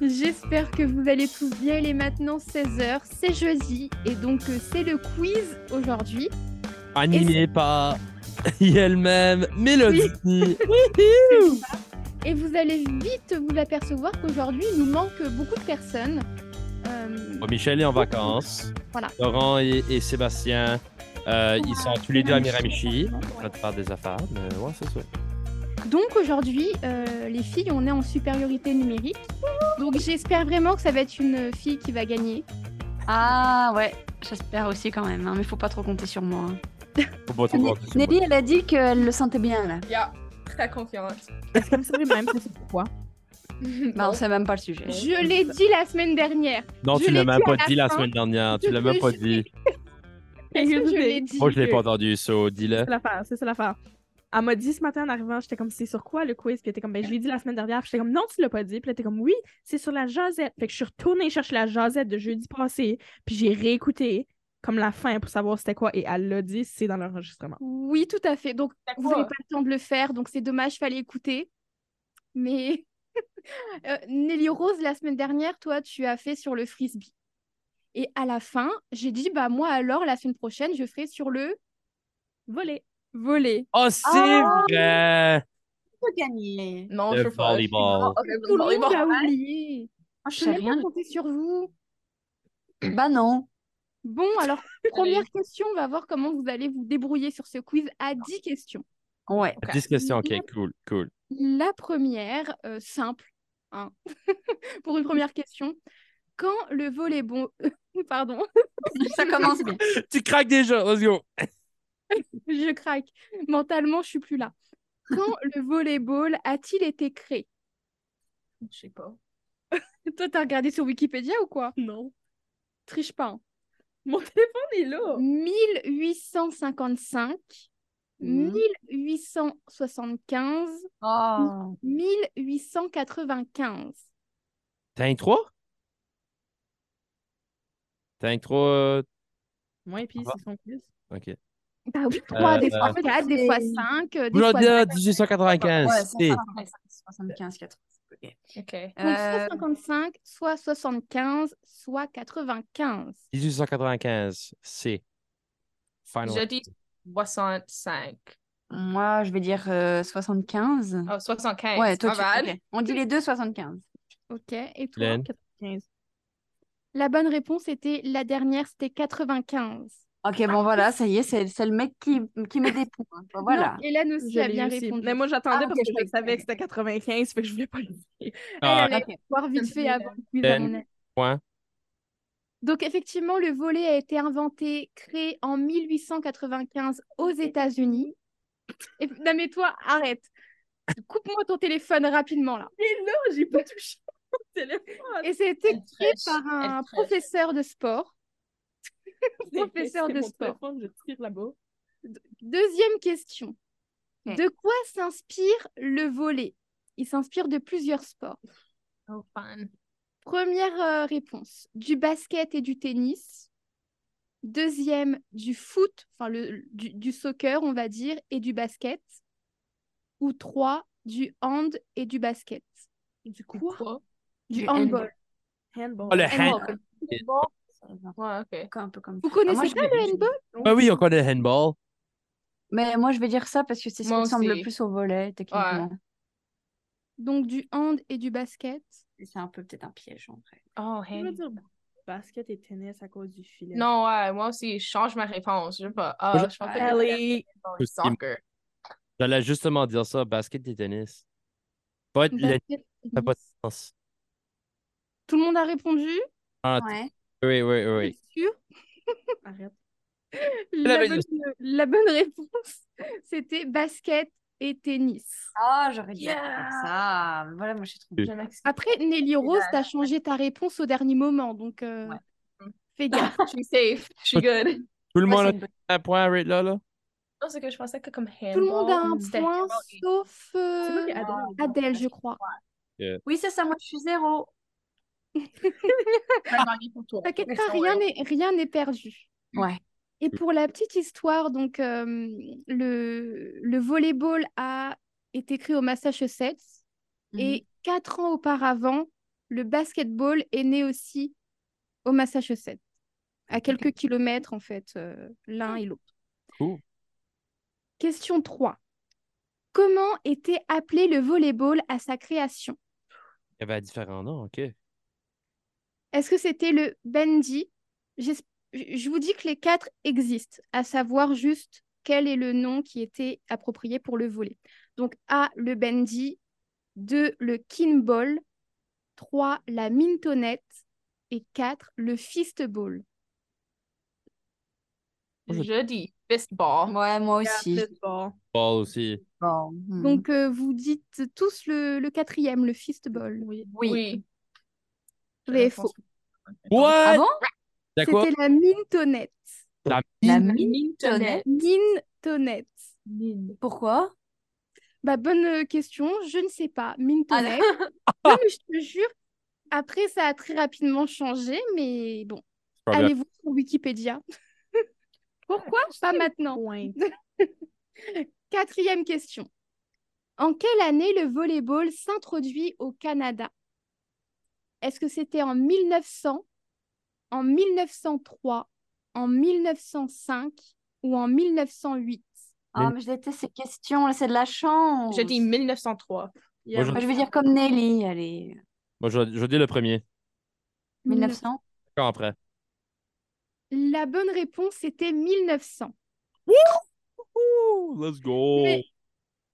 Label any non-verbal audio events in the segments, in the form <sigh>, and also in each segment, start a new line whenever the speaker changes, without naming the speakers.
J'espère que vous allez tous bien. Il est maintenant 16h, c'est jeudi et donc euh, c'est le quiz aujourd'hui.
Animé par <laughs> elle-même, Mélodie.
C'est ça. Et vous allez vite vous apercevoir qu'aujourd'hui il nous manque beaucoup de personnes. Euh,
Bon, Michel est en vacances.
Voilà.
Laurent et, et Sébastien, euh, ils sont tous les deux à Miramichi.
Ouais.
Ça te parle des affaires, mais ouais, c'est ça.
Donc aujourd'hui, euh, les filles, on est en supériorité numérique. Donc j'espère vraiment que ça va être une fille qui va gagner.
Ah ouais, j'espère aussi quand même, hein, mais faut pas trop compter sur moi. hein.
Faut pas trop voir, c'est
Nelly, elle a dit qu'elle le sentait bien là.
Yeah, très confiante.
Je me souviens même ça, c'est pourquoi.
Bah, on sait même pas le sujet.
Je l'ai dit la semaine dernière.
bon. Non,
Je
tu
l'ai
l'as même
dit
pas
à la
dit la
fin.
semaine dernière. Tu
Je
l'as
te
même pas
jure.
dit.
Est-ce que je l'ai dit
Moi, je l'ai pas entendu, so dis-le.
<laughs> C'est l'affaire, c'est ça l'affaire. Elle m'a dit ce matin en arrivant, j'étais comme, c'est sur quoi le quiz? Puis elle était comme, ben, je l'ai dit la semaine dernière. Puis j'étais comme, non, tu l'as pas dit. Puis elle était comme, oui, c'est sur la jasette. Fait que je suis retournée chercher la jasette de jeudi passé. Puis j'ai réécouté comme la fin pour savoir c'était quoi. Et elle l'a dit, c'est dans l'enregistrement.
Oui, tout à fait. Donc vous
Oh.
n'avez pas le temps de le faire, donc c'est dommage, fallait écouter. Mais <laughs> Euh, Nelly Rose, la semaine dernière, toi, tu as fait sur le frisbee. Et à la fin, j'ai dit, bah moi alors, la semaine prochaine, je ferai sur le
Volé.
volet.
Oh, c'est
Ah.
vrai!
peux gagner. Ah,
Non,
Le
je sais pas. je suis
volleyball.
vraiment-
Tout le
Le
monde a
volleyball.
oublié.
Moi, Ah, je
Je
sais
n'ai
rien.
pas compté sur vous.
Bah non.
Bon,
<laughs>
alors, première question, on va voir comment vous allez vous débrouiller sur ce quiz à 10 questions.
Ouais.
10 questions, ok, cool, cool.
La première, euh, simple, hein, <laughs> pour une première question. Quand le volleyball... <laughs> Pardon,
<laughs> Ça commence bien.
Tu craques déjà, let's go!
je craque. Mentalement, je suis plus là. Quand le volleyball a-t-il été créé
Je sais pas.
Toi, t'as regardé sur Wikipédia ou quoi
Non.
Triche pas. hein.
Mon téléphone est là.
1855,
Mmh.
1875,
Oh.
1895.
T'as un 3? T'as un 3?
Moi, et puis, c'est son quiz.
Ok.
Bah oui, 3, des fois
euh,
4, des fois
c'est-
5, des
Vous
fois
l'avez
cinq.
dit, 1895.
Ouais, ça
c'est-
va, ouais, ça- 75, 80. ok.
Ok.
Donc,
Euh,
soit 55, soit 75, soit 95.
1895, c'est. Final.
Je dis 65.
Moi, je vais dire euh, 75.
Oh, 75.
Ouais, toi,
Pas
tu...
mal. <laughs>
ok. On dit les deux 75.
Ok, et toi
Hélène?
95.
La bonne réponse était la dernière, c'était 95.
Ok, bon, voilà, ça y est, c'est c'est le mec qui, qui met des points. Bon, voilà.
Non, Hélène aussi
Je
a
l'ai
bien
eu aussi.
répondu.
Mais moi, j'attendais
Ah, ok,
parce que
je
je savais
savais.
que c'était 95, fait que je voulais pas le dire.
Ah,
Elle allait
ok.
voir vite fait avant le quiz, à
Hélène,
mon avis.
point.
Donc, effectivement, le volet a été inventé, créé en 1895 aux États-Unis. Et... Non, mais toi, arrête. Coupe-moi ton téléphone rapidement, là.
Et là, j'ai pas touché mon téléphone.
Et c'était
Elle
créé
triche,
par
elle
un
triche.
professeur de sport. Professeur
<laughs> C'est
de
mon
sport.
téléphone, je tire là-bas.
Deuxième question.
Hmm.
Ok.
De quoi s'inspire le volet Il s'inspire de plusieurs sports.
Oh, fun.
Première euh, réponse, du basket et du tennis. Deuxième, du foot, enfin le, du, du soccer, on va dire, et du basket. Ou trois, du hand et du basket.
Du quoi?
Quoi?
Du,
Du
handball.
Handball.
Oh, le hand.
Handball.
Ouais, ok.
Un peu comme
Vous
ça. Ah, moi,
connaissez
je
pas
vais-
le handball
Ah oui, on connaît handball.
Mais moi, je vais dire ça parce que c'est ce qui
Moi
ressemble
aussi.
le plus au volet, techniquement.
Donc du hand et du basket.
Et C'est un peu peut-être un piège, en vrai.
Oh,
Je veux
hey.
dire basket et tennis à cause du filet.
Non, ouais, moi aussi, je change ma réponse. Je sais pas. Ah,
Moi, je-
je pense que
Allez.
c'est le soccer.
J'allais justement dire ça, basket et tennis. Pas le
Basket,
n'a pas de
tennis.
sens.
Bah, Tout le monde a répondu
Ah,
Ouais.
Oui, oui, oui.
C'est sûr
Arrête.
La
avait
bonne, la bonne réponse, <laughs> c'était basket et tennis.
Ah, j'aurais dû
Yeah.
faire ça. Mais Voilà, moi, je suis trop...
Oui.
Je m'excuse.
Après, Nelly Rose,
bah,
t'as changé ta réponse au dernier moment, donc euh,
Ouais.
fais gaffe.
<laughs>
Je suis safe. Je suis
<laughs>
good.
Tout le
Moi,
monde
c'est
a
une bonne-
un point right là, là?
Non, c'est que je pensais que comme handball.
Tout le monde a un
c'était
point,
handball et-
sauf
C'est
euh,
toi qui as Ah, adoré.
Adèle, je crois.
Oui, c'est ça, moi, je suis zéro.
Pas gagné pour toi.
T'inquiète
Mais
pas,
sorry.
rien n'est rien n'est perdu.
Ouais.
Et pour la petite histoire, donc euh, le, le volleyball a été créé au Massachusetts
Mhm.
et quatre ans auparavant, le basketball est né aussi au Massachusetts, à quelques kilomètres en fait, euh, l'un et l'autre.
Cool.
Question 3. Comment était appelé le volleyball à sa création
Il y avait différents noms, ben, OK.
Est-ce que c'était le Bendy J'es- Je je vous dis que les quatre existent, à savoir juste quel est le nom qui était approprié pour le volet. Donc A, le Bendy, 2, le Kinball, 3, la Mintonette et 4, le Fistball.
Moi, je-
Je dis fistball.
Ouais, moi aussi.
Basketball.
Ball aussi.
Bon, hmm.
Donc euh, vous dites tous le, le quatrième, le Fistball.
Oui.
oui.
Vrai, faux.
What?
Ah bon
T'as quoi?
C'était la Mintonette.
La
La
mine?
mine
Mintonette.
Mintonette.
Pourquoi
Bah, bonne euh, question, je ne sais pas. Mintonette. <laughs> Oui, mais je te jure, après, ça a très rapidement changé, mais bon,
Problème.
allez-vous sur Wikipédia. Pourquoi pas maintenant
Point.
Quatrième question. En quelle année le volleyball s'introduit au Canada Est-ce que c'était en 1900, en 1903, en 1905 ou en 1908
Ah, mais je déteste ces questions, là, c'est de la chance.
J'ai dit 1903.
Moi, je-
Moi, je vais dire comme Nelly, allez.
Moi, je, je dis le premier.
Mm.
1900
Quand après?
La bonne réponse était 1900.
Ouh, let's go!
Mais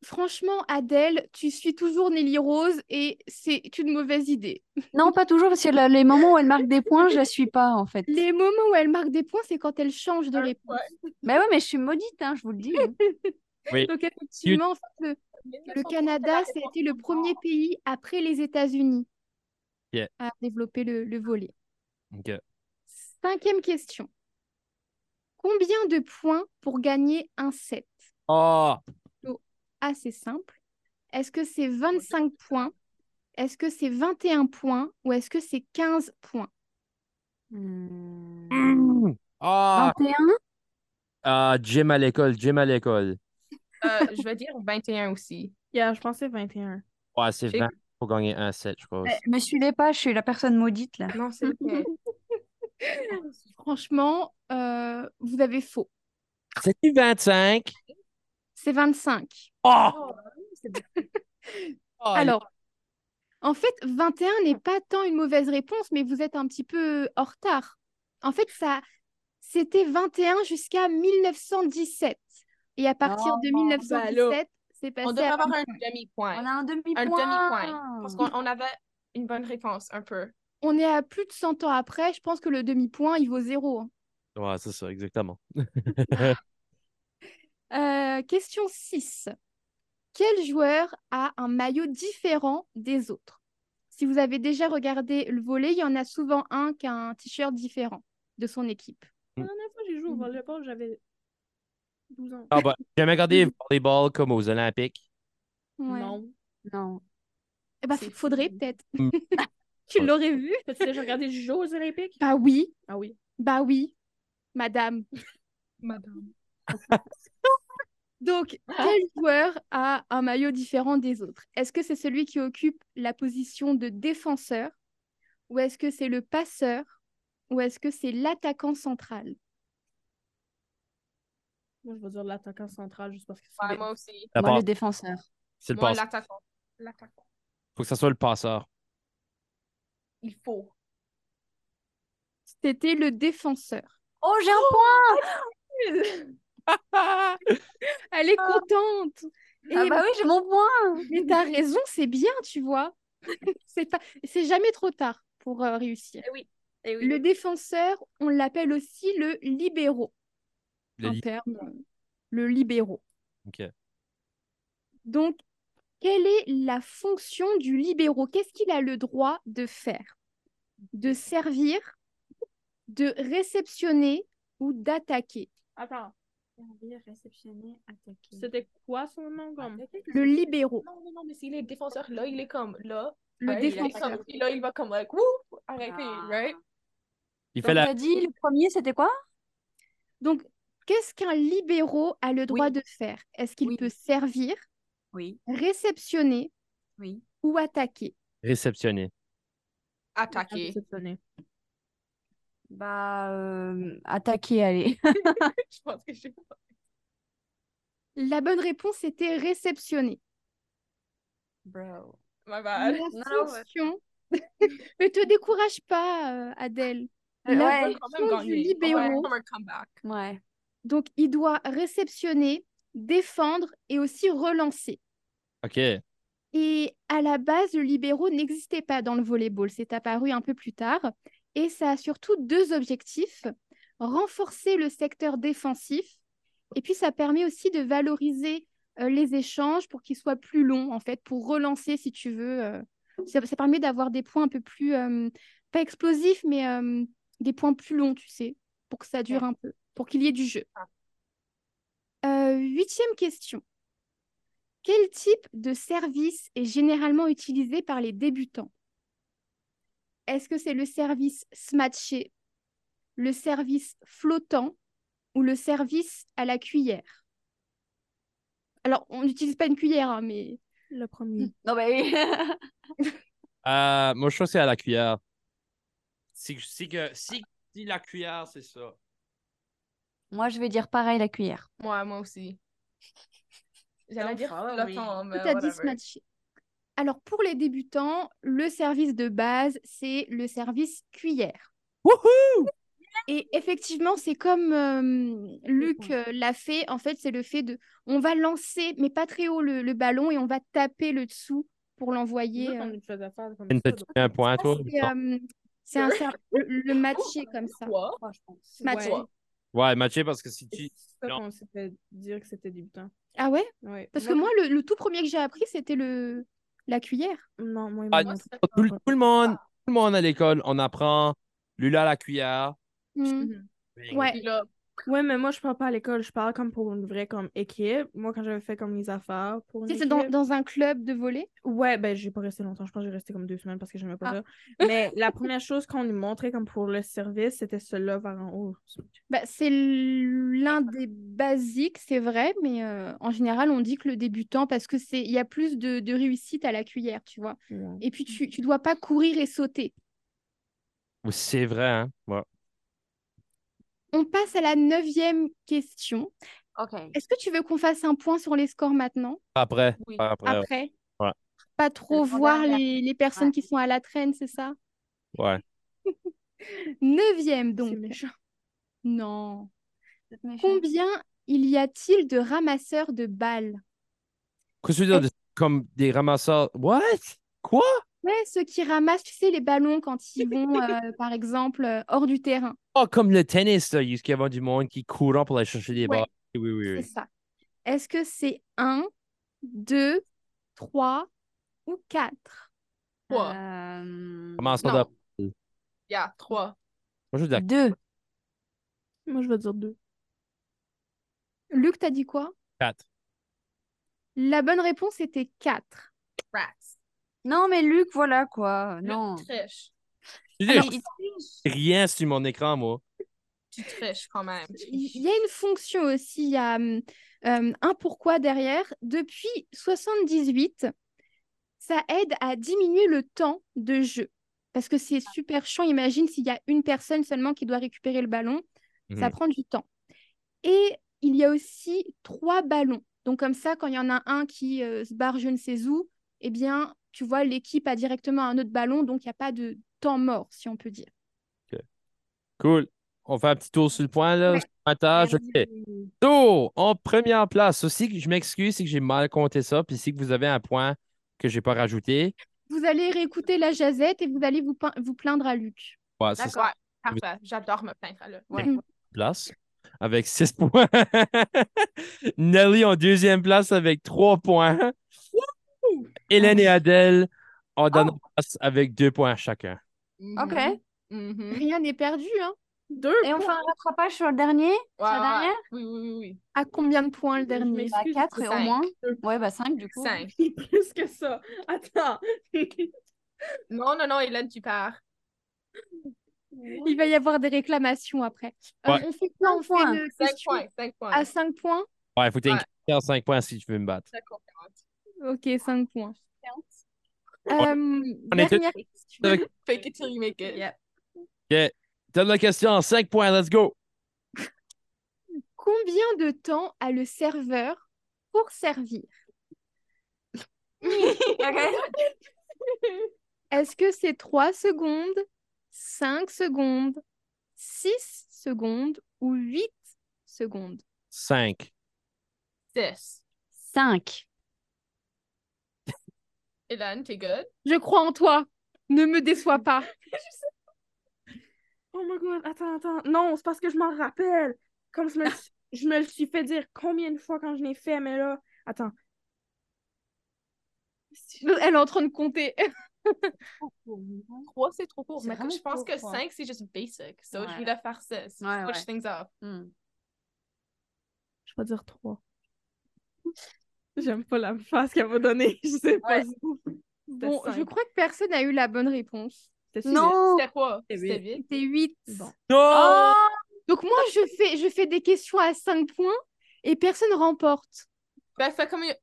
franchement, Adèle, tu suis toujours Nelly Rose et c'est une mauvaise idée.
Non, pas toujours, parce que la- les moments où elle marque des points, je la suis pas, en fait.
Les moments où elle marque des points, c'est quand elle change de réponse.
Mais ouais, mais je suis maudite, hein, je vous le dis.
Donc effectivement, en fait, le, le Canada, ça a été le premier pays après les États-Unis
Yeah.
à développer le, le volet.
OK.
Cinquième question. Combien de points pour gagner un set
Ah! <clears throat>
Assez simple. Est-ce que c'est 25 points Est-ce que c'est 21 points Ou est-ce que c'est 15 points
Hmm.
Mm. Ah!
21
Ah, gym à l'école, gym à l'école.
Euh, je vais dire 21 aussi.
Yeah, je pensais 21.
Ouais, c'est
J'ai-
20 pour gagner un set, je pense.
Mais Me suivez pas, je suis la personne maudite, là.
Non, <laughs> c'est ok.
Franchement, euh, vous avez faux.
C'est-tu 25?
C'est 25.
Ah! <laughs>
Alors, en fait, 21 n'est pas tant une mauvaise réponse, mais vous êtes un petit peu en retard. En fait, ça, c'était 21 jusqu'à 1917. Et à partir de
Oh,
1917, c'est passé
Ah, bah On devrait
à
avoir un
25.
On
demi-point.
a un demi-point.
Un demi-point. Parce qu'on on avait une bonne réponse, un peu.
On est à plus de 100 ans après. Je pense que le demi-point, il vaut zéro. hein.
Ouais, c'est ça, exactement.
Euh, question 6. Quel joueur a un maillot différent des autres? Si vous avez déjà regardé le volet, il y en a souvent un qui a un t-shirt différent de son équipe.
La dernière fois que j'ai joué au volleyball, j'avais 12 ans.
Ah, bah, j'ai jamais regardé le volleyball comme aux Olympiques.
Ouais.
Non.
Non.
Eh ben,
C'est
faudrait
fou.
peut-être.
Mm.
<laughs> Tu l'aurais vu?
T'as-tu déjà regardé les Jeux olympiques?
Bah oui,
Ah oui.
bah oui, madame.
Madame.
Donc, quel
Ah.
joueur a un maillot différent des autres? Est-ce que c'est celui qui occupe la position de défenseur? Ou est-ce que c'est le passeur? Ou est-ce que c'est l'attaquant central?
Moi, je vais dire l'attaquant central juste parce que
Ouais,
c'est...
moi aussi.
La
Moi,
passe-
le défenseur.
C'est le
Moi,
passeur.
l'attaquant. L'attaquant.
Faut que ça soit le passeur.
Il faut.
C'était le défenseur.
Oh, j'ai un point
Elle est
Ah.
contente. Et
Ah bah oui, j'ai mon point
mais t'as raison, c'est bien, tu vois. <laughs> c'est pas, c'est jamais trop tard pour euh, réussir.
Eh oui. Eh oui.
Le défenseur, on l'appelle aussi le libéraux.
Le
en
li-
terme, euh, le libéraux.
OK.
Donc, quelle est la fonction du libéraux Qu'est-ce qu'il a le droit de faire De servir, de réceptionner ou d'attaquer
Attends,
Réceptionner, attaquer.
c'était quoi son nom comme?
Le libéraux,
Non, non, non, mais s'il est défenseur, là, il est comme là.
le
hein, il est
défenseur.
comme- puis là, il va comme, like, wouh, arrêtez, right?
Il fait
Donc,
la.
t'as dit, le premier, c'était quoi
Donc, qu'est-ce qu'un libéraux a le droit
Oui.
de faire Est-ce qu'il
Oui.
peut servir,
Oui,
réceptionner
oui.
ou attaquer
Réceptionner.
Attaquer.
cette année.
Bah, euh, attaquer, <laughs> allez.
Je pense que je
La bonne réponse était réceptionner.
Bro.
My bad.
La
Ah, Non, ouais. <laughs> Mm.
sanction. <laughs> ne te décourage pas, euh, Adèle.
Euh,
La
ouais.
On va quand même
sanction
gagner.
du
On va
libéraux.
faire un comeback.
Ouais.
Donc, il doit réceptionner, défendre et aussi relancer.
OK.
Et à la base, le libéraux n'existait pas dans le volleyball. C'est apparu un peu plus tard. Et ça a surtout deux objectifs. Renforcer le secteur défensif. Et puis, ça permet aussi de valoriser euh, les échanges pour qu'ils soient plus longs, en fait, pour relancer, si tu veux. euh, Ça, ça permet d'avoir des points un peu plus, euh, pas explosifs, mais euh, des points plus longs, tu sais, pour que ça dure un peu, pour qu'il y ait du jeu. Euh, huitième question. Quel type de service est généralement utilisé par les débutants Est-ce que c'est le service smatché, le service flottant ou le service à la cuillère Alors, on n'utilise pas une cuillère, hein, mais
Le premier.
Non, bah oui. <laughs>
Euh, moi, je pense que c'est à la cuillère. Si, si, que, si, si la cuillère, c'est ça.
Moi, je vais dire pareil, la cuillère.
Moi, moi aussi. J'allais
Don't
dire
follow
le
Bah,
temps, mais
tout à dit
whatever.
smatché. Alors, pour les débutants, le service de base, c'est le service cuillère.
Wouhou!
Et effectivement, c'est comme euh, Luc euh, l'a fait. En fait, c'est le fait de. On va lancer, mais pas très haut, le, le ballon et on va taper le dessous pour l'envoyer.
Nous, on
euh.
nous faisait faire comme
Une
ça,
petite un point,
Ça,
toi.
c'est, euh, c'est un ser- le, le matché comme ça.
Oh.
Quoi?
Moi, Oh, je pense.
donc-
matché.
Ouais.
Ouais, matché parce que si
C'est
tu.
ça
Non.
qu'on s'était dire que c'était débutant.
Ah ouais?
Ouais.
Parce que moi, le, le tout premier que j'ai appris, c'était le la cuillère.
Non, moi,
Ah,
ils m'ont
Moi,
montré.
c'est-
Tout, le- tout le monde, tout le monde à l'école, on apprend Lula à la cuillère.
Hmm.
Mhm.
Bing.
Ouais.
Puis là,
Ouais, mais moi, je parle pas à l'école, je parle comme pour une vraie comme équipe. Moi, quand j'avais fait comme les affaires pour une
Tu sais,
équipe.
C'est dans, dans un club de volley.
Ouais, ben, j'ai pas resté longtemps. Je pense que j'ai resté comme deux semaines parce que j'aimais pas
Ah.
ça. Mais la première chose qu'on nous montrait comme pour le service, c'était cela vers en haut.
Bah, c'est l'un des basiques, c'est vrai, mais euh, en général, on dit que le débutant, parce que c'est il y a plus de, de réussite à la cuillère, tu vois.
Ouais.
Et puis, tu ne dois pas courir et sauter.
Oui, C'est vrai, hein? Ouais.
On passe à la neuvième question.
Ok.
Est-ce que tu veux qu'on fasse un point sur les scores maintenant,
Après.
Oui.
Après, ouais.
après
Ouais.
Pas trop
Le temps
voir
dernier.
les, les personnes
Ouais.
qui sont à la traîne, c'est ça
Ouais.
<laughs> Neuvième, donc.
C'est méchant.
Non.
Peut-être méchant.
Combien il y a-t-il de ramasseurs de balles
Qu'est-ce que tu veux dire? Comme des ramasseurs. What? Quoi?
Ouais, ceux qui ramassent, tu sais, les ballons quand ils
<laughs>
vont, euh, par exemple, euh, hors du terrain.
Oh, comme le tennis, là. Il y avait du monde qui courant pour aller chercher des
Ouais.
balles. Oui, oui, oui.
C'est ça. Est-ce que c'est 1, 2, 3 ou 4
Quoi?
Euh,
Ramasseur
Non.
de-
il y a trois.
Moi, je veux dire
Mm.
Deux.
Moi, je vais dire deux.
Luc, t'as dit quoi
quatre.
La bonne réponse était 4.
Rats.
Non, mais Luc, voilà quoi.
Luc,
Non.
Tu triches.
Je veux
Mais
dire,
il-
je fais rien sur mon écran, moi.
Tu triches quand même.
Il y a une fonction aussi, il y a hum, euh, un pourquoi derrière. Depuis 78, ça aide à diminuer le temps de jeu. Parce que c'est super chiant, imagine s'il y a une personne seulement qui doit récupérer le ballon, ça
Mhm.
prend du temps. Et il y a aussi trois ballons. Donc comme ça, quand il y en a un qui euh, se barre je ne sais où, eh bien, tu vois, l'équipe a directement un autre ballon, donc il n'y a pas de temps mort, si on peut dire.
Cool. On fait un petit tour sur le point, là.
Ouais.
sur le pointage, OK. So, en première place, aussi, que je m'excuse, c'est que j'ai mal compté ça, puis si que vous avez un point que j'ai pas rajouté,
Vous allez réécouter la jazette et vous allez vous, pein- vous plaindre à Luc.
ouais, c'est
D'accord. Parfait. J'adore me peindre là. Ouais.
Mm.
Mhm.
place avec 6 <laughs> points. Nelly en deuxième place avec 3 points. Hélène et Adèle en dernière place avec 2 points chacun.
Ok.
Mhm. Mhm.
Rien n'est perdu, hein
Deux
Et on fait un rattrapage sur le dernier
Ouais,
Sur la
ouais,
dernière
ouais. Oui, oui, oui, oui.
À combien de points le
Je
dernier
m'excuse.
Bah, quatre et au
Cinq.
moins. Ouais, bah cinq du coup.
Cinq.
plus que ça. Attends. <laughs>
Non, non, non, Hélène, tu pars.
Il va y avoir des réclamations après. Euh,
Ouais.
on fait quoi On
Cinq points.
fait le
Cinq
question
points, cinq points.
à 5 points
Ouais, il faut que tu
Ouais.
aies 5 points si tu veux me battre.
D'accord.
Ok, 5 points. Euh,
On était-
dernière question.
Avec-
Fake it till you make it.
<laughs>
Yep.
Donne la question en 5 points, let's go.
Combien de temps a le serveur pour servir
OK.
Est-ce que c'est 3 secondes, 5 secondes, 6 secondes ou 8 secondes
5.
Six.
5.
Hélène, t'es good?
Je crois en toi. Ne me déçois
<laughs>
pas.
Oh my god, attends, attends. Non, c'est parce que je m'en rappelle. Comme je me, le suis- je me le suis fait dire combien de fois quand je l'ai fait, mais là. Attends.
Elle est en train de compter.
Oh,
Trois, c'est trop court.
C'est
Mais comme
vraiment
je pense
court,
que
ouais.
cinq, c'est juste basic. So, je
Ouais.
voulais faire six.
Ouais,
Switch
ouais.
things up.
Hmm.
Je vais dire trois. J'aime pas la face qu'elle m'a donnée. <laughs> Je sais pas.
Ouais.
si- C'était
Bon, je
cinq.
crois que personne n'a eu la bonne réponse.
C'était six.
Non.
C'était quoi?
C'est
C'était vite.
C'était 8.
Bon.
Ah!
Oh
Non!
Donc moi, je fais, je fais des questions à 5 points et personne remporte.
Ben, fais comme une,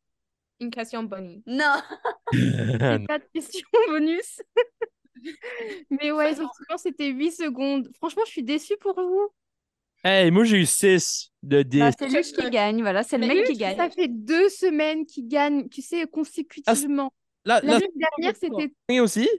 une question bonnie.
<laughs> Non.
Ah
Il y a Pas de questions <laughs> bonus. Mais ouais, effectivement, c'était 8 secondes. Franchement, je suis déçue pour vous.
<laughs> hey, moi j'ai eu 6 de 10.
Bah, c'est lui qui gagne, voilà, c'est le
Mais
mec
lui,
qui gagne.
Ça fait deux semaines qu'ils gagnent, tu sais, consécutivement. La
la Ah, la
semaine dernière, c'était...
semaine aussi?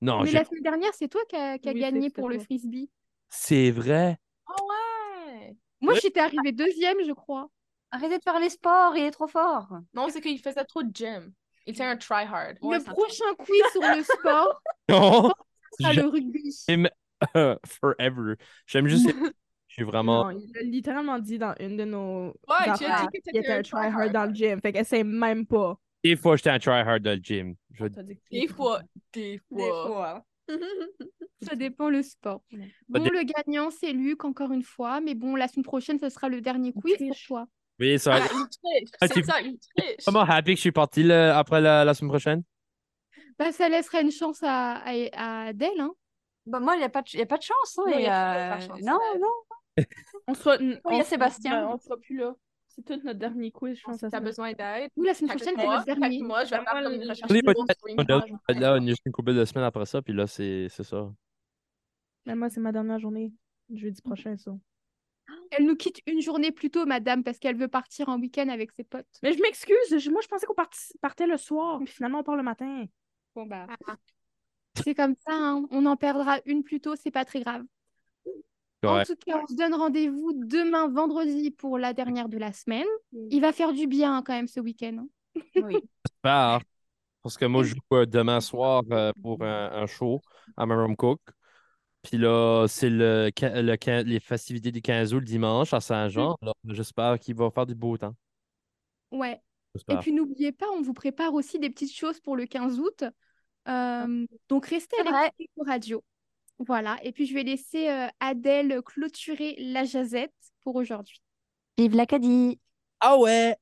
Non,
Mais
j'ai-
la semaine dernière, c'est toi qui as qui as
Oui, c'est-
gagné
c'est
pour le
toi.
frisbee.
c'est vrai. <laughs>
Oh ouais!
Moi,
Ouais.
j'étais arrivée deuxième, je crois.
Arrêtez de parler sport, il est trop fort.
Non, c'est qu'il faisait trop de gym. Il était un try-hard.
Ouais,
le
c'est un
prochain quiz sur le sport
Non! <laughs>
sera le rugby.
Forever. J'aime juste. Je suis vraiment.
Non, il l'a littéralement dit dans une de nos.
Ouais, tu as
affaires.
dit que
Il était
t'étais
un tryhard dans le gym. Fait qu'elle sait même pas.
Des fois, j'étais un tryhard dans le gym. Je-
T'as dit que tu
Des
étais-
fois, des
Oh,
fois.
Ça dépend le sport. Bon,
dé-
le gagnant, c'est Luc, encore une fois. Mais bon, la semaine prochaine, ce sera le dernier quiz pour
triche.
toi.
Oui, ça.
Ah, il triche.
Ah,
C'est
tu-
ça, il triche.
Comment happy que je suis parti le- après la, la semaine prochaine?
Bah, ça laisserait une chance à, à, à Adèle. Hein.
Bah, moi, il n'y a, pas de ch- il y a pas de chance. hein,
Non, il y
et,
a
euh,
pas de chance,
non,
là.
non.
On sera.
il y
on-
a
Ah,
Sébastien.
on- On sera plus là. C'est tout notre dernier quiz, je pense.
Si
la
t'as
semaine
besoin d'aide,
Nous, la semaine
Fait que
prochaine, c'est
moi-
le
fait que
dernier.
Moi, je vais
Vraiment,
faire comme
le-
une recherche
Oui,
de
peut-être
mon
On a,
screen.
on a- là, on a juste une couple de semaines après ça, puis là, c'est c'est ça.
Mais moi, c'est ma dernière journée. Jeudi prochain, ça.
Elle nous quitte une journée plus tôt, madame, parce qu'elle veut partir en week-end avec ses potes.
Mais je m'excuse. je- Moi, je pensais qu'on parti- partait le soir. Puis finalement, on part le matin.
Bon, bah. C'est comme ça, hein. on en perdra une plus tôt, c'est pas très grave. En
Ouais.
tout cas, on se donne rendez-vous demain, vendredi, pour la dernière de la semaine. Il va faire du bien hein, quand même ce week-end. hein.
Oui.
Part, parce que moi, je joue euh, demain soir euh, pour un, un show à Marum Cook. Puis là, c'est le, quin- le quin- les festivités du 15 août le dimanche à Saint-Jean. Alors, J'espère qu'il va faire du beau temps.
Ouais. Et
J'espère.
puis n'oubliez pas, on vous prépare aussi des petites choses pour le 15 août. Euh, donc restez à
C'est vrai.
l'écoute de Radio. Voilà. Et puis je vais laisser euh, Adèle clôturer la jazette pour aujourd'hui.
Vive l'Acadie.
Ah ouais!